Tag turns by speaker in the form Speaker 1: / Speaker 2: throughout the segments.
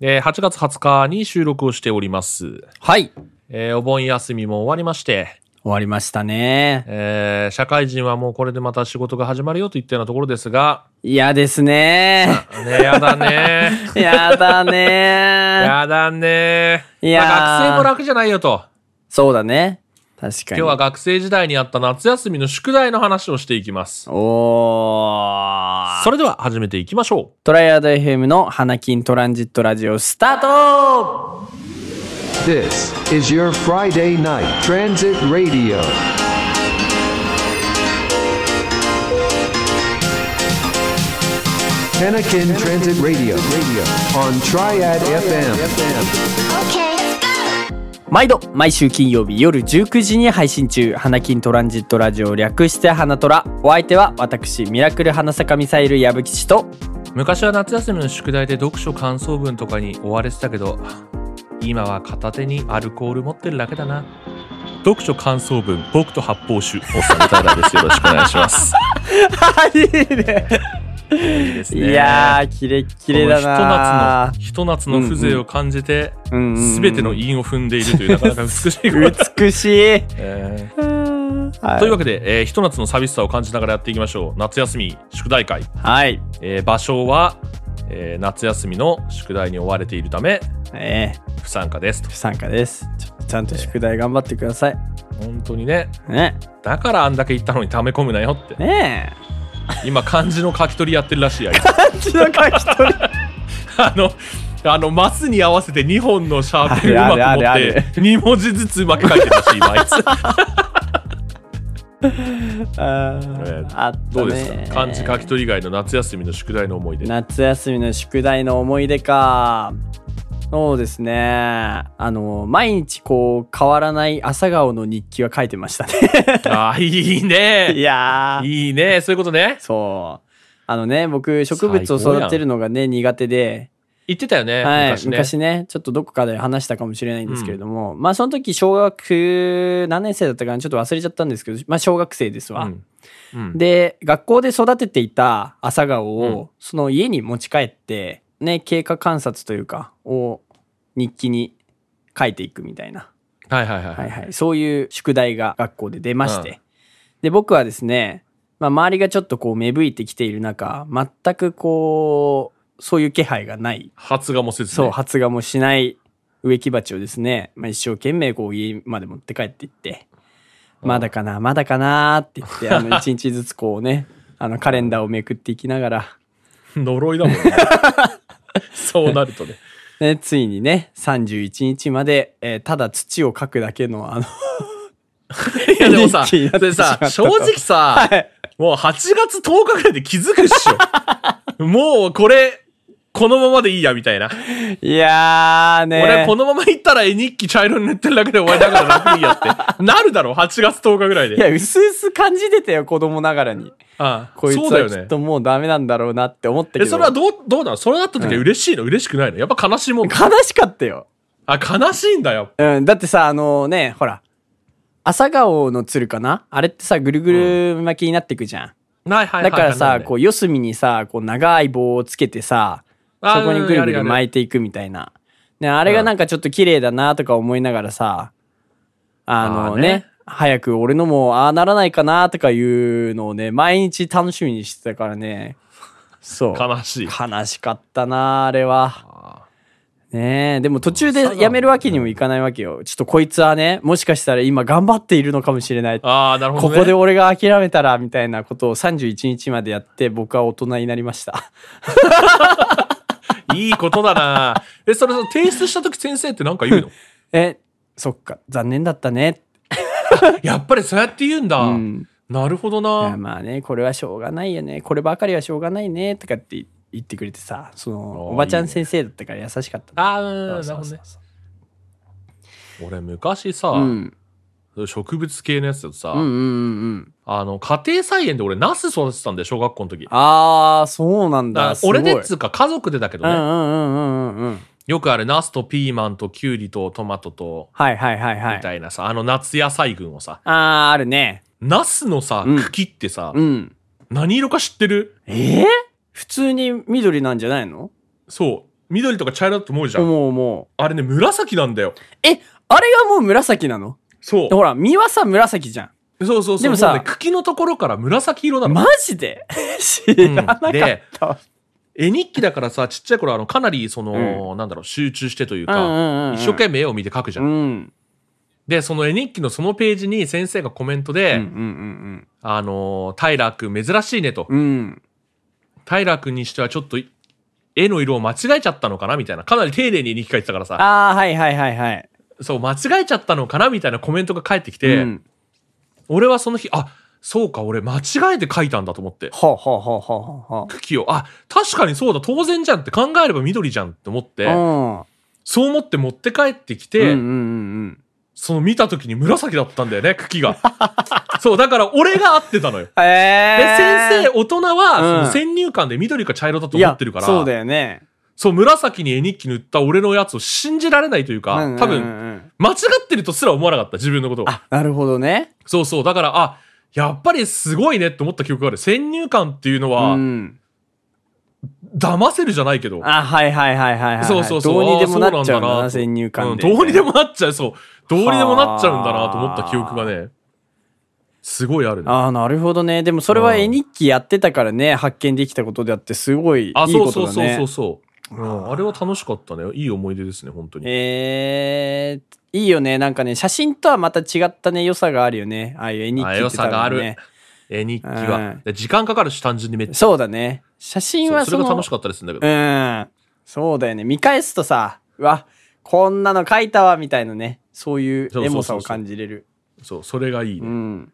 Speaker 1: えー8月20日に収録をしております。
Speaker 2: はい。終
Speaker 1: えーお盆休みも終わりまして、
Speaker 2: わりましたね。
Speaker 1: えー社会人はもうこれでまた仕事が始まるよといったようなところですが、
Speaker 2: 嫌で すね。。
Speaker 1: ね、やだね
Speaker 2: やだね。
Speaker 1: やだね。
Speaker 2: いやー
Speaker 1: まあ学生も楽じゃないよと。
Speaker 2: そうだね。確かに。
Speaker 1: 今日は学生時代にあった夏休みの宿題の話をしていきます。
Speaker 2: おー。
Speaker 1: それでは始めていきましょ
Speaker 2: トライアド FM の花金トランジットラジオスタート
Speaker 3: This is your Friday night transit radio. Pelican Transit Radio on Triad FM.
Speaker 2: 毎度毎週金曜日夜19時に配信中花金トランジットラジオ略して花トラお相手は私ミラクル花坂ミサイル矢吹吉と
Speaker 1: う。昔は夏休みの宿題で読書感想文とかに追われてたけど、今は片手にアルコール持ってるだけだな。読書感想文、僕と発泡酒、おっさんのタイラーです。よろしくお願いします。
Speaker 2: いいね
Speaker 1: いいです
Speaker 2: い
Speaker 1: ね。
Speaker 2: やーキレッキレだな
Speaker 1: ひと夏の、ひと夏の風情を感じて、
Speaker 2: うんうんうん
Speaker 1: すべての韻を踏んでいるという、なかなか美しい こと。
Speaker 2: 美しい、
Speaker 1: えー
Speaker 2: は
Speaker 1: という
Speaker 2: い、
Speaker 1: わけで、えー、ひと夏の寂しさを感じながらやっていきましょう。夏休み宿題会。
Speaker 2: はい
Speaker 1: えー場所は、えー夏休みの宿題に追われているため、
Speaker 2: ええ
Speaker 1: 不参加ですと。
Speaker 2: 不参加ですちょちゃんと宿題頑張ってください
Speaker 1: 本当にね、
Speaker 2: ね
Speaker 1: だからあんだけ言ったのに溜め込むなよって。
Speaker 2: ね
Speaker 1: 今、漢字の書き取りやってるらしいや。
Speaker 2: えちの書き取り
Speaker 1: あの、あの、マスに合わせて2本のシャーペンうまく
Speaker 2: ある
Speaker 1: 持っ
Speaker 2: あるある
Speaker 1: て、2文字ずつうまく書いてるらしい、今 あいつ。 え
Speaker 2: あー
Speaker 1: ー
Speaker 2: あったね
Speaker 1: どうですか漢字書き取り以外の夏休みの宿題の思い 出。
Speaker 2: 夏休みの宿題の思い出かそうですねあの毎日こう変わらない朝顔の日記は書いてましたね
Speaker 1: ああ、いい
Speaker 2: い
Speaker 1: ね。
Speaker 2: やー
Speaker 1: いいね。そういうことね。
Speaker 2: そうあのね僕植物を
Speaker 1: 最高やん
Speaker 2: 育てるのがね苦手で
Speaker 1: 言ってたよね。
Speaker 2: はい、
Speaker 1: 昔
Speaker 2: 昔ね
Speaker 1: ね。
Speaker 2: ちょっとどこかで話したかもしれないんですけれども、まあその時小学何年生だったかなちょっと忘れちゃったんですけど、まあ小学生ですわ。
Speaker 1: うんうん
Speaker 2: で、学校で育てていた朝顔を、その家に持ち帰って、ね、経過観察というか、を日記に書いていくみたいな、
Speaker 1: はいはいはい。
Speaker 2: はいはい、そういう宿題が学校で出まして、で、僕はですね、まあ周りがちょっとこう芽吹いてきている中、全くこう、そういう気配がない
Speaker 1: 発芽もせずね
Speaker 2: そう、発芽もしない植木鉢をですね、まあ、一生懸命こう家まで持って帰っていって、まだかな、まだかなーって言って、あ の、一日ずつこうね、あの、カレンダーをめくっていきながら、
Speaker 1: 呪い だもんね。そうなるとね。
Speaker 2: ね、ついにね、31日まで、えーただ土をかくだけの、あの、
Speaker 1: いやでもさ、
Speaker 2: 一気にやっ
Speaker 1: そ
Speaker 2: て
Speaker 1: れ
Speaker 2: しまっ
Speaker 1: さ
Speaker 2: た、と
Speaker 1: 正直さ、もう8月10日ぐらいで気づくっし ょ。もうこれ、このままでいいや、み たいな。
Speaker 2: いやーね
Speaker 1: 俺このまま行ったら絵日記茶色に塗ってるだけで終わりだから楽でいいやって。なるだろ、8月10日ぐらい
Speaker 2: い
Speaker 1: で。
Speaker 2: や、薄々感じてたよ、子供ながらに。
Speaker 1: ああ
Speaker 2: こいつ
Speaker 1: そうだ
Speaker 2: は
Speaker 1: よ
Speaker 2: きっ
Speaker 1: ね。
Speaker 2: ともうダメなんだろうなって思ったけど。
Speaker 1: え、それはどう、どうなのそれだった時は嬉しいの、嬉しくないのやっぱ悲しいもんか。
Speaker 2: 悲しかったよ。
Speaker 1: あ、悲しいんだよ。
Speaker 2: うん、だってさ、あのね、ほら、朝顔のつるかなあれってさ、ぐるぐる巻きになっていくじゃん。
Speaker 1: ない、はい、はい。
Speaker 2: だからさ、こ
Speaker 1: う、
Speaker 2: う、四隅にさ、こう、長い棒をつけてさ、
Speaker 1: あ
Speaker 2: そこにぐるぐ
Speaker 1: やるや
Speaker 2: る
Speaker 1: る
Speaker 2: 巻いていくみたいな。ね、あれがなんかちょっと綺麗だなとか思いながらさ、あ
Speaker 1: あー
Speaker 2: のね、
Speaker 1: ね
Speaker 2: 早く俺のもああならないかなとかいうのをね、毎日楽しみにしてたからね。そう。
Speaker 1: 悲しい。
Speaker 2: 悲しかったなあれは。ねえ、でも途中でやめるわけにもいかないわけよ。ちょっとこいつはね、もしかしたら今頑張っているのかもしれない。こ
Speaker 1: ああ、なるほど、ね。
Speaker 2: こで俺が諦めたら、みたいなことを31日までやって、僕は大人になりました。
Speaker 1: いいことだな。え、それ、その提出した時先生ってなんか言うの
Speaker 2: え、そっか、残念だったね。
Speaker 1: やっぱりそうやって言うんだ。
Speaker 2: ん
Speaker 1: なるほど
Speaker 2: い
Speaker 1: な
Speaker 2: や。まあね、これはしょうがないよね。こればかりはしょうがないね。とかって言ってくれてさ、その、
Speaker 1: あー
Speaker 2: おばちゃ
Speaker 1: いい
Speaker 2: ん
Speaker 1: ね
Speaker 2: 先生だったから優しかった。
Speaker 1: ああ、なる
Speaker 2: そう
Speaker 1: ほ
Speaker 2: そ
Speaker 1: ど
Speaker 2: う
Speaker 1: ね。俺、昔さ、
Speaker 2: うん。
Speaker 1: 植物系のやつだとさ、
Speaker 2: うんうんうんうん。
Speaker 1: あの、家庭菜園で俺、ナス育ててたんで、小学校の時。
Speaker 2: ああ、そうなん
Speaker 1: だか
Speaker 2: だ
Speaker 1: ら。俺でっ
Speaker 2: す
Speaker 1: つうか、家族でだけど
Speaker 2: ごいうん
Speaker 1: ね。
Speaker 2: うんうんうんうんうん。
Speaker 1: よくあれ、ナスとピーマンとキュウリとトマトと、
Speaker 2: はいはいはいは
Speaker 1: みた
Speaker 2: い。
Speaker 1: いなさ、あの夏野菜群をさ、
Speaker 2: ああ、あるね。
Speaker 1: ナスのさ、
Speaker 2: うん
Speaker 1: 茎ってさ、
Speaker 2: うん。
Speaker 1: 何色か知ってる
Speaker 2: ええ普通に緑なんじゃないの
Speaker 1: そう。緑とか茶色だと思うじゃん。
Speaker 2: もうも
Speaker 1: あれね、紫なんだよ。
Speaker 2: う。え、あれがもう紫なの
Speaker 1: そう。
Speaker 2: ほら、実はさ、紫じゃ
Speaker 1: そうそうそう。
Speaker 2: でもさ。
Speaker 1: うね茎のところから紫色なんの。
Speaker 2: マジで 知らなかったわ。
Speaker 1: 絵日記だからさ、ちっちゃい頃、あの、かなり、その、なんだろう、集中してというか、
Speaker 2: うんうんうんうん
Speaker 1: 一生懸命絵を見て描くじゃ。
Speaker 2: うんん。
Speaker 1: で、その絵日記のそのページに先生がコメントで、
Speaker 2: うんうん
Speaker 1: あのー、タイラーくん珍しいねと。
Speaker 2: うんうん。うん。
Speaker 1: タイラーくんにしてはちょっと、絵の色を間違えちゃったのかなみたいな。かなり丁寧に絵日記書いてたからさ、
Speaker 2: ああ、はいはいはいはい。
Speaker 1: そう、間違えちゃったのかなみたいなコメントが返ってきて、
Speaker 2: うん、
Speaker 1: 俺はその日、あ、そうか、俺間違えて描いたんだと思って。
Speaker 2: ほうほうほうほうほうほ
Speaker 1: 茎を、あ、確かにそうだ、当然じゃんって考えれば緑じゃんって思って、
Speaker 2: う。うん。
Speaker 1: そう思って持って帰ってきて、
Speaker 2: うんうんうん
Speaker 1: その見た時に紫だったんだよね、茎が。 そう、だから俺が合ってたのよ。
Speaker 2: うん。え
Speaker 1: で、先生、大人は、
Speaker 2: うん
Speaker 1: その先入観で緑か茶色だと思
Speaker 2: いや
Speaker 1: ってるから、
Speaker 2: そうだよね。
Speaker 1: そう紫に絵日記塗った俺のやつを信じられないという
Speaker 2: うんうんうん
Speaker 1: か
Speaker 2: う、ん
Speaker 1: 多分、。間違ってるとすら思わなかった、自分のことを。
Speaker 2: あ、なるほどね。
Speaker 1: そうそう、だから、あ、やっぱりすごいねって思った記憶がある。先入観っていうのは、
Speaker 2: うん。
Speaker 1: 騙せるじゃないけど。
Speaker 2: あ、はいはいはいはいはい。
Speaker 1: そうそうそう。
Speaker 2: どうにでもなっちゃ
Speaker 1: あ
Speaker 2: う
Speaker 1: ーそな
Speaker 2: んだ
Speaker 1: だ
Speaker 2: な、
Speaker 1: と
Speaker 2: 先入観で。
Speaker 1: うんどうにでもなっちゃう、そう。どうにでもなっちゃうんだなと思った記憶がね、すごいあるね。
Speaker 2: ああ、なるほどね。でもそれは絵日記やってたからね、発見できたことであって、すごいいい
Speaker 1: あ、
Speaker 2: こ
Speaker 1: そう
Speaker 2: と
Speaker 1: そうそ
Speaker 2: だ
Speaker 1: うそう
Speaker 2: ね。
Speaker 1: そう、うん。あれは楽しかったね。いい思い出ですね、本当に。
Speaker 2: えー、いいよね。なんかね、写真とはまた違ったね、良さがあるよね。ああいう絵日記って多
Speaker 1: あ
Speaker 2: 分ね。
Speaker 1: 良さがある。絵日記
Speaker 2: う
Speaker 1: は
Speaker 2: ん。
Speaker 1: で時間かかるし、単純にめっちゃ。
Speaker 2: そうだね。写真
Speaker 1: そう
Speaker 2: は
Speaker 1: そ
Speaker 2: そ
Speaker 1: れ
Speaker 2: の
Speaker 1: が楽しかったですんだけど。
Speaker 2: うん。そうだよね。見返すとさ、うわ、こんなの描いたわ、みたいなね。そういうエモさを感じれる。
Speaker 1: そう、それがいいね。
Speaker 2: うん。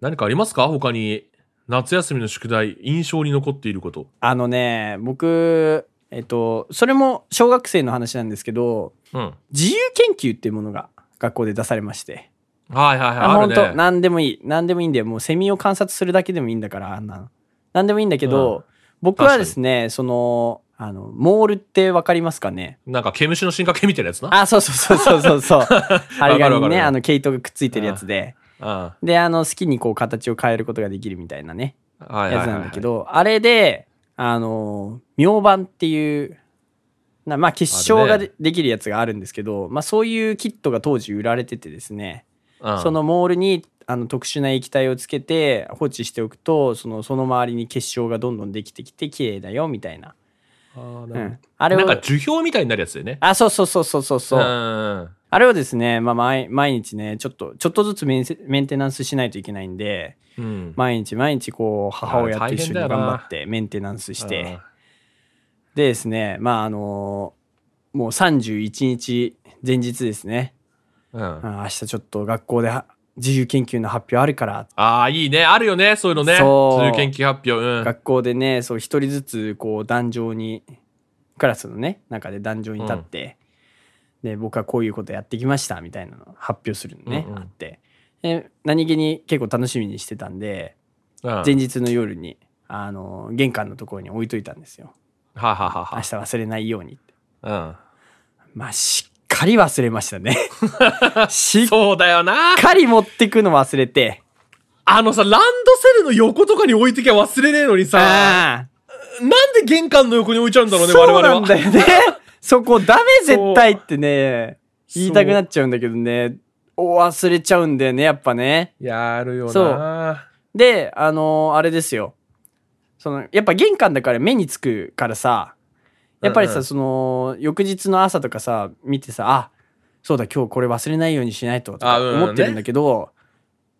Speaker 1: 何かありますか他に。夏休みの宿題、印象に残っていること。
Speaker 2: あのね、僕、えっと、それも小学生の話なんですけど、
Speaker 1: うん。
Speaker 2: 自由研究っていうものが学校で出されまして。
Speaker 1: はいはいはい。
Speaker 2: あ、
Speaker 1: ある
Speaker 2: 本
Speaker 1: ね。
Speaker 2: 当何でもいい。何でもいいんだよ。もうセミを観察するだけでもいいんだから、あんなの。何でもいいんだけど、僕はですね、その、あの、モールってわかりますかね
Speaker 1: なんか、毛虫の進化系みたいなやつな。
Speaker 2: あ、そうそうそうそうそうそう。 あれ
Speaker 1: わか
Speaker 2: が
Speaker 1: るわか
Speaker 2: ね、
Speaker 1: る
Speaker 2: あの、毛糸がくっついてるやつで。
Speaker 1: あ
Speaker 2: で、あの、好きにこう、形を変えることができるみたいなね、
Speaker 1: はいはい
Speaker 2: や
Speaker 1: は
Speaker 2: つ
Speaker 1: い
Speaker 2: な
Speaker 1: は
Speaker 2: ん
Speaker 1: い
Speaker 2: だけど、あれで、あの、明板っていう、なまあ、結晶が
Speaker 1: ある
Speaker 2: で
Speaker 1: ね
Speaker 2: できるやつがあるんですけど、まあ、そういうキットが当時売られててですね、
Speaker 1: うん
Speaker 2: そのモールに、あの特殊な液体をつけて放置しておくとそのその周りに結晶がどんどんできてきて綺麗だよみたいな、
Speaker 1: あー
Speaker 2: う
Speaker 1: なんんか、
Speaker 2: あれ
Speaker 1: なん
Speaker 2: を
Speaker 1: か樹氷みたいになるやつだよね。
Speaker 2: あそうそうそうそうそうそう、
Speaker 1: ん。
Speaker 2: あれをですね、まあ、毎毎日ねちょっとちょっとずつメンセメンテナンスしないといけないんで
Speaker 1: うん。
Speaker 2: 毎日毎日こう母親と
Speaker 1: あ
Speaker 2: 一緒に
Speaker 1: れ大変だよ
Speaker 2: 頑
Speaker 1: な
Speaker 2: 張ってメンテナンスしてでですねまああのーもう31日前日ですね、
Speaker 1: うん。うん
Speaker 2: あ明日ちょっと学校では自由研究の発表あるから
Speaker 1: ああ、いいね。あるよね。そういうのね。
Speaker 2: そう
Speaker 1: 自由研究発表。うん。
Speaker 2: 学校でねそう一人ずつこう壇上にクラスのね中で壇上に立って、で僕はこういうことやってきましたみたいなのを発表するのね、
Speaker 1: うんうん
Speaker 2: あってで何気に結構楽しみにしてたんで
Speaker 1: うん、
Speaker 2: 前日の夜にあの玄関のところに置いといたんですよ
Speaker 1: ははは
Speaker 2: 明
Speaker 1: は
Speaker 2: 日忘れないようにって
Speaker 1: は。
Speaker 2: まあしっかり忘れまし たねし
Speaker 1: うん。
Speaker 2: っ
Speaker 1: そうだよな。
Speaker 2: かり持ってくの忘れて
Speaker 1: あのさ、ランドセルの横とかに置いてきゃ忘れねえのにさ、
Speaker 2: ああ
Speaker 1: なんで玄関の横に置いちゃうんだろうね、我
Speaker 2: そう
Speaker 1: 々は。
Speaker 2: なんだ よねそこダメ
Speaker 1: そう
Speaker 2: 絶対ってね
Speaker 1: そう
Speaker 2: 言いたくなっちゃうんだけどねお忘れちゃうんだよねやっぱね
Speaker 1: やるよな。
Speaker 2: であのーあれですよそのやっぱ玄関だから目につくからさやっぱりさ、
Speaker 1: うんうん
Speaker 2: その翌日の朝とかさ見てさあそうだ今日これ忘れないようにしないととか
Speaker 1: あうんうん
Speaker 2: 思ってるんだけど、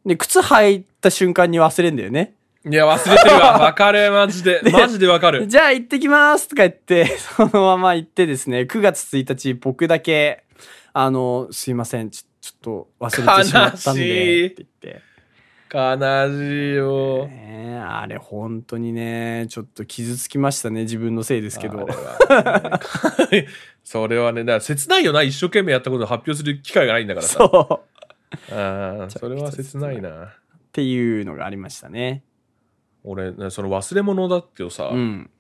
Speaker 2: で靴履いた瞬間に忘れんだよね
Speaker 1: いや、忘れてる わ。わかる、マジで。マジでわかる。
Speaker 2: じゃあ行ってきますとか 言って、そのまま行ってですね、9月1日僕だけ、あの、すいません、ちょちょっと忘れてしまったんで、
Speaker 1: 悲しい
Speaker 2: って言って。
Speaker 1: 悲しいよ。
Speaker 2: ねえあれ本当にね、ちょっと傷つきましたね、自分のせいですけど。
Speaker 1: それはね、だから切ないよな。一生懸命やったことを発表する機会がないんだからさ。
Speaker 2: そう。
Speaker 1: あーそれは切ないな。
Speaker 2: っていうのがありましたね。
Speaker 1: 俺、ね、その忘れ物だってをさ、
Speaker 2: うん。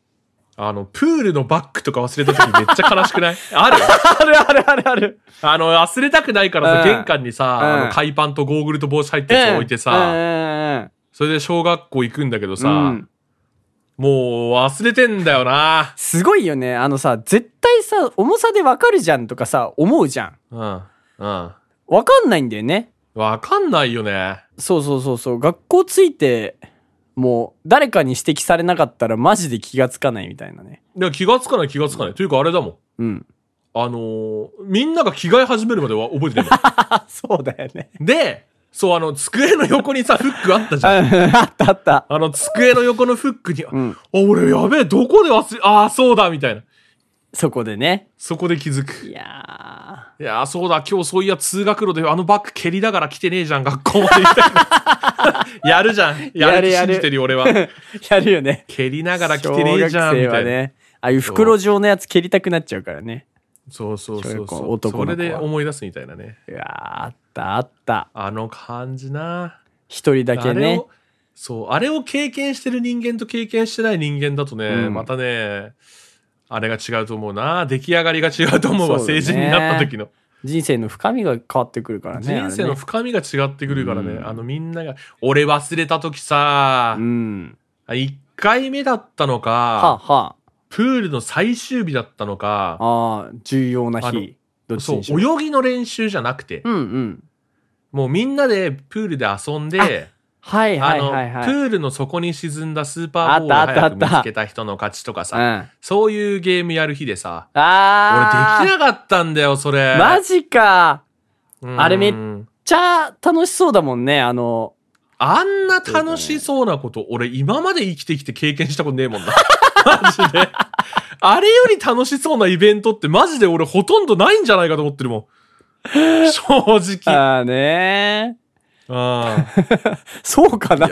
Speaker 1: あの、プールのバッグとか忘れた時めっちゃ悲しくないある
Speaker 2: あるあるあるある。
Speaker 1: あの、忘れたくないからさ、
Speaker 2: うん
Speaker 1: 玄関にさ、
Speaker 2: うん
Speaker 1: あの、海パンとゴーグルと帽子入ってるやつ置いてさ、
Speaker 2: うんうんうんうん
Speaker 1: それで小学校行くんだけどさ、
Speaker 2: うん
Speaker 1: もう忘れてんだよな。
Speaker 2: すごいよね。あのさ、絶対さ、重さでわかるじゃんとかさ、思うじゃん。
Speaker 1: うん。うん。
Speaker 2: わかんないんだよね。
Speaker 1: わかんないよね。
Speaker 2: そうそうそうそう。学校ついて、もう、誰かに指摘されなかったらマジで気がつかないみたいなね。
Speaker 1: いや、気がつかない気がつかない。というかあれだもん。
Speaker 2: うん。
Speaker 1: あのーみんなが着替え始めるまでは覚えてない も
Speaker 2: あ、そうだよね。
Speaker 1: ん。で、そう、あの、机の横にさ、フックあったじゃん。
Speaker 2: あったあった。
Speaker 1: あの、机の横のフックに、
Speaker 2: ん
Speaker 1: あ、俺やべえ、どこで忘れ、ああ、そうだ、みたいな。
Speaker 2: そこでね。
Speaker 1: そこで気づ
Speaker 2: い
Speaker 1: く。
Speaker 2: や
Speaker 1: いやー、そうだ、今日そういや、通学路であのバッグ蹴りながら来てねえじゃん、学校まで行きたいな。 やるじゃん。や
Speaker 2: や
Speaker 1: る
Speaker 2: る
Speaker 1: って
Speaker 2: や
Speaker 1: 信
Speaker 2: る
Speaker 1: じてるよ、俺は。
Speaker 2: ー。やるよね。
Speaker 1: 蹴りながら来てねえじゃん、
Speaker 2: 小
Speaker 1: み
Speaker 2: 学生
Speaker 1: た
Speaker 2: はい
Speaker 1: な。
Speaker 2: ね。ああいう袋状のやつ蹴りたくなっちゃうからね。
Speaker 1: そうそう
Speaker 2: 小
Speaker 1: そ
Speaker 2: 学
Speaker 1: う
Speaker 2: 校
Speaker 1: そう。
Speaker 2: 男の子
Speaker 1: それ
Speaker 2: は
Speaker 1: で思い出すみたいなね。
Speaker 2: いやーあったあった。
Speaker 1: あの感じな。
Speaker 2: 一人だ
Speaker 1: あ
Speaker 2: け
Speaker 1: れ
Speaker 2: ね
Speaker 1: を。そうあれを経験してる人間と経験してない人間だとね、
Speaker 2: うん
Speaker 1: またねあれが違うと思うな出来上がりが違うと思うわ
Speaker 2: そうだ
Speaker 1: 成
Speaker 2: ね
Speaker 1: 人になった時の
Speaker 2: 人生の深みが変わってくるからね。
Speaker 1: 人生
Speaker 2: あれ
Speaker 1: の
Speaker 2: ね
Speaker 1: 深みが違ってくるからねあのみんなが「俺忘れた時さ、
Speaker 2: うん。
Speaker 1: 1回目だったのか、
Speaker 2: はあ、は
Speaker 1: プールの最終日だったの
Speaker 2: あ、
Speaker 1: か
Speaker 2: ああ、重要な
Speaker 1: あの
Speaker 2: 日。どっち
Speaker 1: そう
Speaker 2: にしろ。
Speaker 1: 泳ぎの練習じゃなくて、
Speaker 2: うんうん。
Speaker 1: もうみんなでプールで遊んで。
Speaker 2: はい
Speaker 1: あ
Speaker 2: はい
Speaker 1: の、
Speaker 2: はいはい。
Speaker 1: プ
Speaker 2: うん。
Speaker 1: ールの底に沈んだスーパーボール
Speaker 2: あ
Speaker 1: を
Speaker 2: ったあ
Speaker 1: 早く
Speaker 2: ったあっ
Speaker 1: 見
Speaker 2: た
Speaker 1: つけた人の勝ちとかさ、
Speaker 2: あ
Speaker 1: そういうゲームやる日でさ、俺
Speaker 2: あ
Speaker 1: できなかったんだよ、それ。
Speaker 2: マジか。
Speaker 1: うん
Speaker 2: あれめちゃ楽しそうだもんね。あの、
Speaker 1: あんな楽しそうなこと、俺今まで生きてきて経験したことねえもんな。 マジで。あれより楽しそうなイベントってマジで俺ほとんどないんじゃないかと思ってるもん。正直。
Speaker 2: ああね
Speaker 1: うん
Speaker 2: ー。そうかな。
Speaker 1: い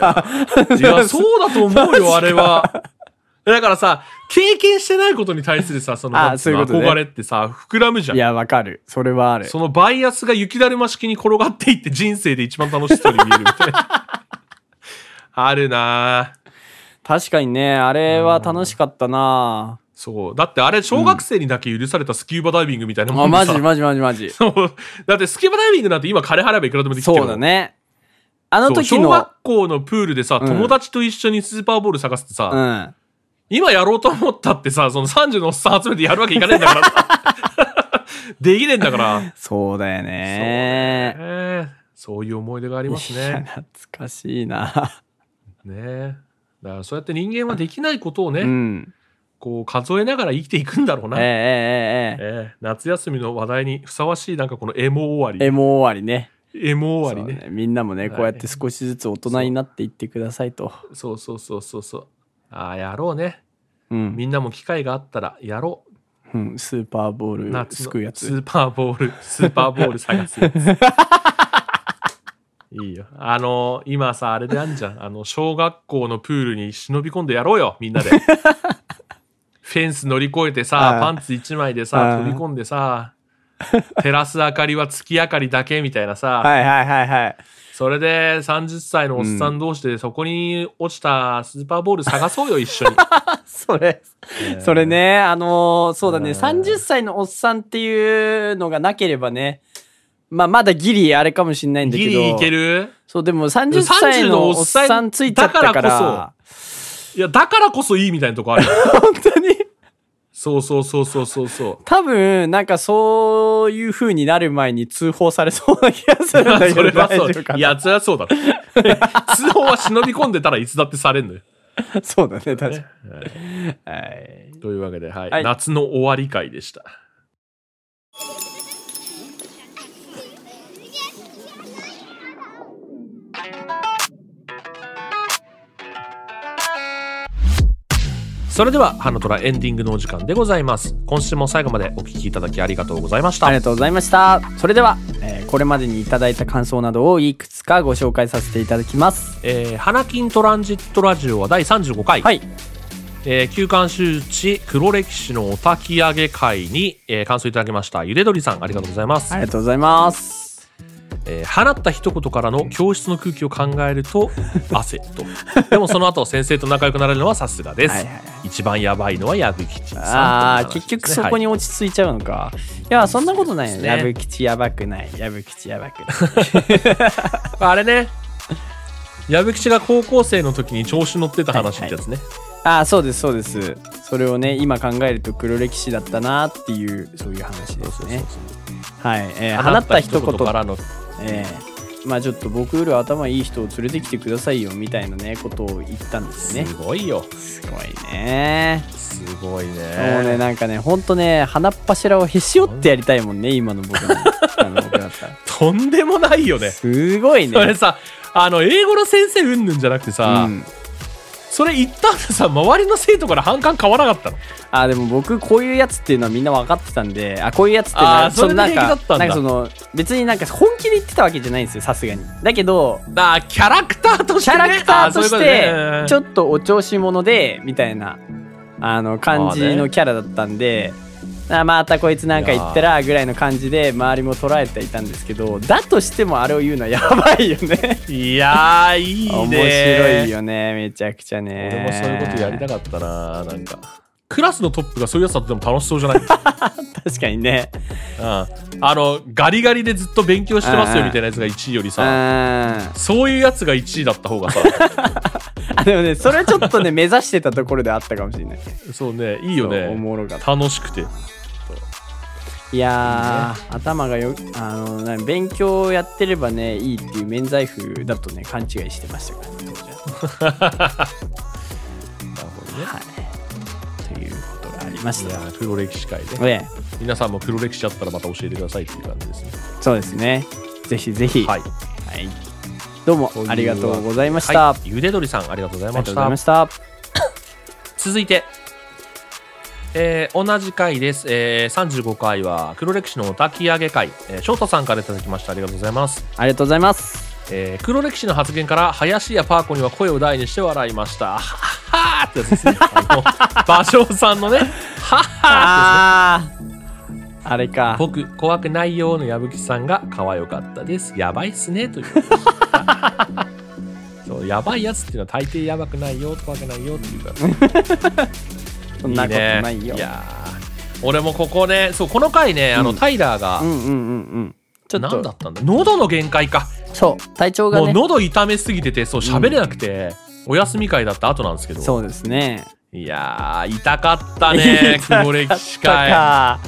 Speaker 1: や、そうだと思う
Speaker 2: マジ
Speaker 1: よ、
Speaker 2: か
Speaker 1: あれは。だからさ、経験してないことに対するさ、その、
Speaker 2: あ
Speaker 1: なんつうの
Speaker 2: そういうことね
Speaker 1: 憧れってさ、膨らむじゃ
Speaker 2: い
Speaker 1: ん。
Speaker 2: や、わかる。それはある。
Speaker 1: そのバイアスが雪だるま式に転がっていって人生で一番楽しそうに見えるみたいな。 あるなぁ
Speaker 2: 確かにね、あれは楽しかったな。
Speaker 1: そう。だってあれ、小学生にだけ許されたスキューバダイビングみたいなもん
Speaker 2: あ、
Speaker 1: で
Speaker 2: マ
Speaker 1: さ
Speaker 2: ジマジマジマジ。
Speaker 1: そう。だってスキューバダイビングなんて今金払えばいくらでもできるけど。
Speaker 2: そうだね。あの
Speaker 1: そう。
Speaker 2: 時
Speaker 1: 小
Speaker 2: の、
Speaker 1: 学校のプールでさ、友達と一緒にスーパーボール探すってさ、
Speaker 2: うん。
Speaker 1: 今やろうと思ったってさ、その30のおっさん集めてやるわけいかねえんだからさ。 できねえんだから。
Speaker 2: そうだよ
Speaker 1: そう
Speaker 2: ね。
Speaker 1: ねそういう思い出があります
Speaker 2: いや
Speaker 1: ね。
Speaker 2: 懐かしいな。
Speaker 1: ねだからそうやって人間はできないことをね、
Speaker 2: うん。
Speaker 1: こう数えながら生きていくんだろう
Speaker 2: え
Speaker 1: な。
Speaker 2: え
Speaker 1: え
Speaker 2: えええ
Speaker 1: え夏休みの話題にふさわしいなんかこのエモ終
Speaker 2: え。
Speaker 1: わ
Speaker 2: え、もう終わりね。
Speaker 1: り。エモ終わり
Speaker 2: そう
Speaker 1: ね。
Speaker 2: ねみんなも
Speaker 1: は
Speaker 2: ね、
Speaker 1: い
Speaker 2: こうやって少しずつ大人になっていってくださいと。
Speaker 1: そうそうそうそうそう。ああ、やろうね。
Speaker 2: うん。
Speaker 1: みんなも機会があったらやろう。
Speaker 2: うんスーパーボール
Speaker 1: 夏
Speaker 2: す
Speaker 1: の
Speaker 2: くうや
Speaker 1: ス
Speaker 2: つ。
Speaker 1: ーパーボール、スーパーボール探すや つ。いいよ。あの、今さ、あれであんじゃん。あの、小学校のプールに忍び込んでやろうよ、みんな で。フェンス乗り越えてさ
Speaker 2: あ、あ
Speaker 1: パンツ一枚でさ
Speaker 2: あ、あ
Speaker 1: 飛び込んでさ、テラス明かりは月明かりだけみたいなさ、
Speaker 2: はいはいは いはい。
Speaker 1: それで30歳のおっさん同士でそこに落ちたスーパーボール探そう よ、一緒に。
Speaker 2: それ、 それね、あのーそうだね、30歳のおっさんっていうのがなければね、まあまだギリあれかもしれないんだけ
Speaker 1: ギ
Speaker 2: ど。
Speaker 1: リいける
Speaker 2: そう、でも30歳のおっさんついちゃったか
Speaker 1: だ
Speaker 2: ら。
Speaker 1: からいや、だからこそいいみたいなとこある。
Speaker 2: 本当に。
Speaker 1: そうそうそうそうそうそう。
Speaker 2: 多分、なんかそういう風になる前に通報されそうな気がするんだけ
Speaker 1: それ
Speaker 2: ど、
Speaker 1: は
Speaker 2: 大丈
Speaker 1: そう
Speaker 2: 夫か。ない
Speaker 1: や、それはそうだろ。 通報は忍び込んでたらいつだってされんのよ。
Speaker 2: そうだね、確か に。はい。
Speaker 1: というわけで、はい。
Speaker 2: はい
Speaker 1: 夏の終わり会でした。それでは、ハのトラエンディングのお時間でございます。今週も最後までお聞きいただきありがとうございました。
Speaker 2: ありがとうございました。それでは、えーこれまでにいただいた感想などをいくつかご紹介させていただきます。
Speaker 1: えー、花金トランジットラジオは第35回、
Speaker 2: はい。
Speaker 1: えー旧館周知黒歴史のお焚き上げ会に、えー感想いただきましたゆでどりさんありがとうございます、
Speaker 2: ありがとうございます。
Speaker 1: えー放った一言からの教室の空気を考える と汗とでもその後先生と仲良くなれるのはさすがです
Speaker 2: はいはいはい
Speaker 1: 一番やばいのは矢吹吉さん
Speaker 2: ああ、
Speaker 1: という話で
Speaker 2: 結
Speaker 1: すね
Speaker 2: 局そこに落ち着いちゃうのか。い、や、そんなことないよね。やぶきちやばくない。やぶきちやばくない。
Speaker 1: はいあれね矢吹吉が高校生の時に調子乗ってた話ってやつね、
Speaker 2: ああそうですそうですそれをね今考えると黒歴史だったなっていうそういう話ですねはい、えー放った一言
Speaker 1: からの
Speaker 2: えーまあちょっと僕より頭いい人を連れてきてくださいよみたいなねことを言ったんですね
Speaker 1: すごいよ
Speaker 2: すごいね
Speaker 1: すごいね
Speaker 2: もうねなんかねほんとね鼻っ柱をへし折ってやりたいもんね今の 僕のあの僕だったら
Speaker 1: とんでもないよね
Speaker 2: すごいね
Speaker 1: それさあの英語の先生うんぬんじゃなくてさ、
Speaker 2: うん
Speaker 1: それ言ったらさ周りの生徒から反感変わらなかったの
Speaker 2: あでも僕こういうやつっていうのはみんな分かってたんであこういうやつって
Speaker 1: あ
Speaker 2: な
Speaker 1: ーそれで
Speaker 2: のなん
Speaker 1: 平気だっ
Speaker 2: か
Speaker 1: たんだ
Speaker 2: なんかその別になんか本気で言ってたわけじゃないんですよさすがにだけど
Speaker 1: だキャラクターとし
Speaker 2: キ
Speaker 1: て、
Speaker 2: ャ
Speaker 1: ね、
Speaker 2: ラクターとし
Speaker 1: あ
Speaker 2: て
Speaker 1: ー
Speaker 2: ち
Speaker 1: そういう
Speaker 2: ょっとお調子者でみたいなあの感じのキャラだったんであまたこいつなんか言ったらぐらいの感じで周りも捉えていたんですけどだとしてもあれを言うのはやばいよね
Speaker 1: ことねいやーいいね
Speaker 2: 面白いよねめちゃくちゃね
Speaker 1: 俺もそういうことやりたかったななんかクラスのトップがそういうやつだってでも楽しそう じゃない、うん、
Speaker 2: 確かにね
Speaker 1: あのガリガリでずっと勉強してますよみたいなやつが1位より
Speaker 2: うん
Speaker 1: さ
Speaker 2: あ
Speaker 1: そういうやつが1位だった方 がさ
Speaker 2: でもねそれちょっとね目 指してたところであったかもしれない
Speaker 1: そうねいいよ
Speaker 2: そうお
Speaker 1: ね
Speaker 2: もろかった
Speaker 1: 楽しくて
Speaker 2: いやー、頭がよあのな勉強やってればねいいっていう免罪符だとね勘違いしてましたからね当時は
Speaker 1: なるほどね
Speaker 2: はいということがありまし
Speaker 1: い
Speaker 2: た
Speaker 1: や
Speaker 2: よ
Speaker 1: ー黒歴史会ね
Speaker 2: ええ
Speaker 1: 皆さんも黒歴史あったらまた教えてくださいっていう感じですね
Speaker 2: そうですねぜひぜひ
Speaker 1: はい
Speaker 2: はいどうも
Speaker 1: というわけで
Speaker 2: ありがとうございました、
Speaker 1: はい、ゆでどりさんありがとうござい
Speaker 2: ありが
Speaker 1: ま
Speaker 2: とう
Speaker 1: し
Speaker 2: ござい
Speaker 1: た
Speaker 2: ました
Speaker 1: 続いて、えー同じ回です、えー35回は黒歴史のお焚き上げ会、えー翔太さんからいただきましたありがとうございます、
Speaker 2: ありがとうございます
Speaker 1: えー黒歴史の発言から林家パーコには声を大にして笑いましたはっはーってやつですねあ の芭蕉さんのねはっはーってやつですね
Speaker 2: あああれか
Speaker 1: 僕怖くないよーの矢吹さんが可愛かったですやばいっすね というそうやばいやつっていうのは大抵やばくないよ怖くないよっていうから
Speaker 2: そんなことないよ
Speaker 1: いやー俺もここねそうこの回ねあの、
Speaker 2: うん
Speaker 1: タイラーが、
Speaker 2: うんうんうんうんちょっ
Speaker 1: 何だ
Speaker 2: と
Speaker 1: ったんだ喉の限界か、
Speaker 2: そう体調が
Speaker 1: もう
Speaker 2: ね
Speaker 1: 喉痛めすぎててそう喋れなくて、お休み会だった後なんですけど
Speaker 2: そうですね
Speaker 1: いやー痛かった ね黒歴史会
Speaker 2: か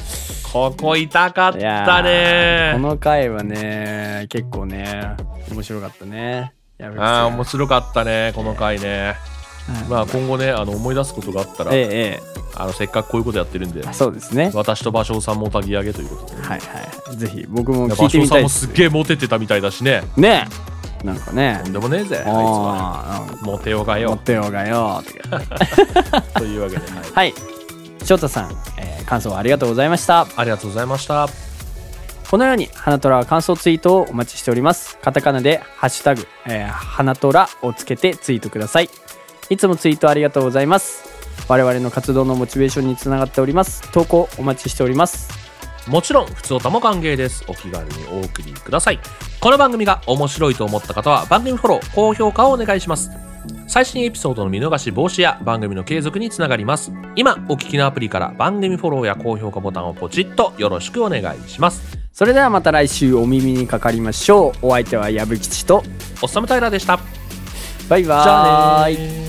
Speaker 1: ここ痛かっ
Speaker 2: いやー
Speaker 1: た
Speaker 2: こ
Speaker 1: ね
Speaker 2: の回はね結構ね面白かったねやべ
Speaker 1: あー面白かったねこの回ね、
Speaker 2: うん
Speaker 1: まあ今後ねあの思い出すことがあったら、
Speaker 2: えええ
Speaker 1: あのせっかくこういうことやってるんで
Speaker 2: えそうですね
Speaker 1: 私と芭蕉さんもおたぎ上げということで
Speaker 2: はいはいぜひ僕も
Speaker 1: 芭
Speaker 2: 聞いて
Speaker 1: 蕉
Speaker 2: み
Speaker 1: さ
Speaker 2: た
Speaker 1: ん
Speaker 2: い
Speaker 1: も
Speaker 2: です
Speaker 1: っ
Speaker 2: す
Speaker 1: げえモテてたみたいだしね
Speaker 2: ねえなんかね
Speaker 1: とんでもねえぜあいつは
Speaker 2: ああ
Speaker 1: モテようが
Speaker 2: 持っ
Speaker 1: よ
Speaker 2: てようがよ
Speaker 1: というわけで、はい
Speaker 2: はい翔太さん、えー感想ありがとうございました
Speaker 1: ありがとうございました
Speaker 2: このように花虎は感想ツイートをお待ちしておりますカタカナで「ハッシュタグ、えー、花虎」をつけてツイートくださいいつもツイートありがとうございます我々の活動のモチベーションにつながっております投稿お待ちしております
Speaker 1: もちろん、普通歌も歓迎です。お気軽にお送りください。この番組が面白いと思った方は、番組フォロー、高評価をお願いします。最新エピソードの見逃し防止や番組の継続につながります。今、お聞きのアプリから番組フォローや高評価ボタンをポチッとよろしくお願いします。
Speaker 2: それではまた来週お耳にかかりましょうお相手は矢吹吉と
Speaker 1: おっさむたいらでした。
Speaker 2: バイバーイ
Speaker 1: じゃあねー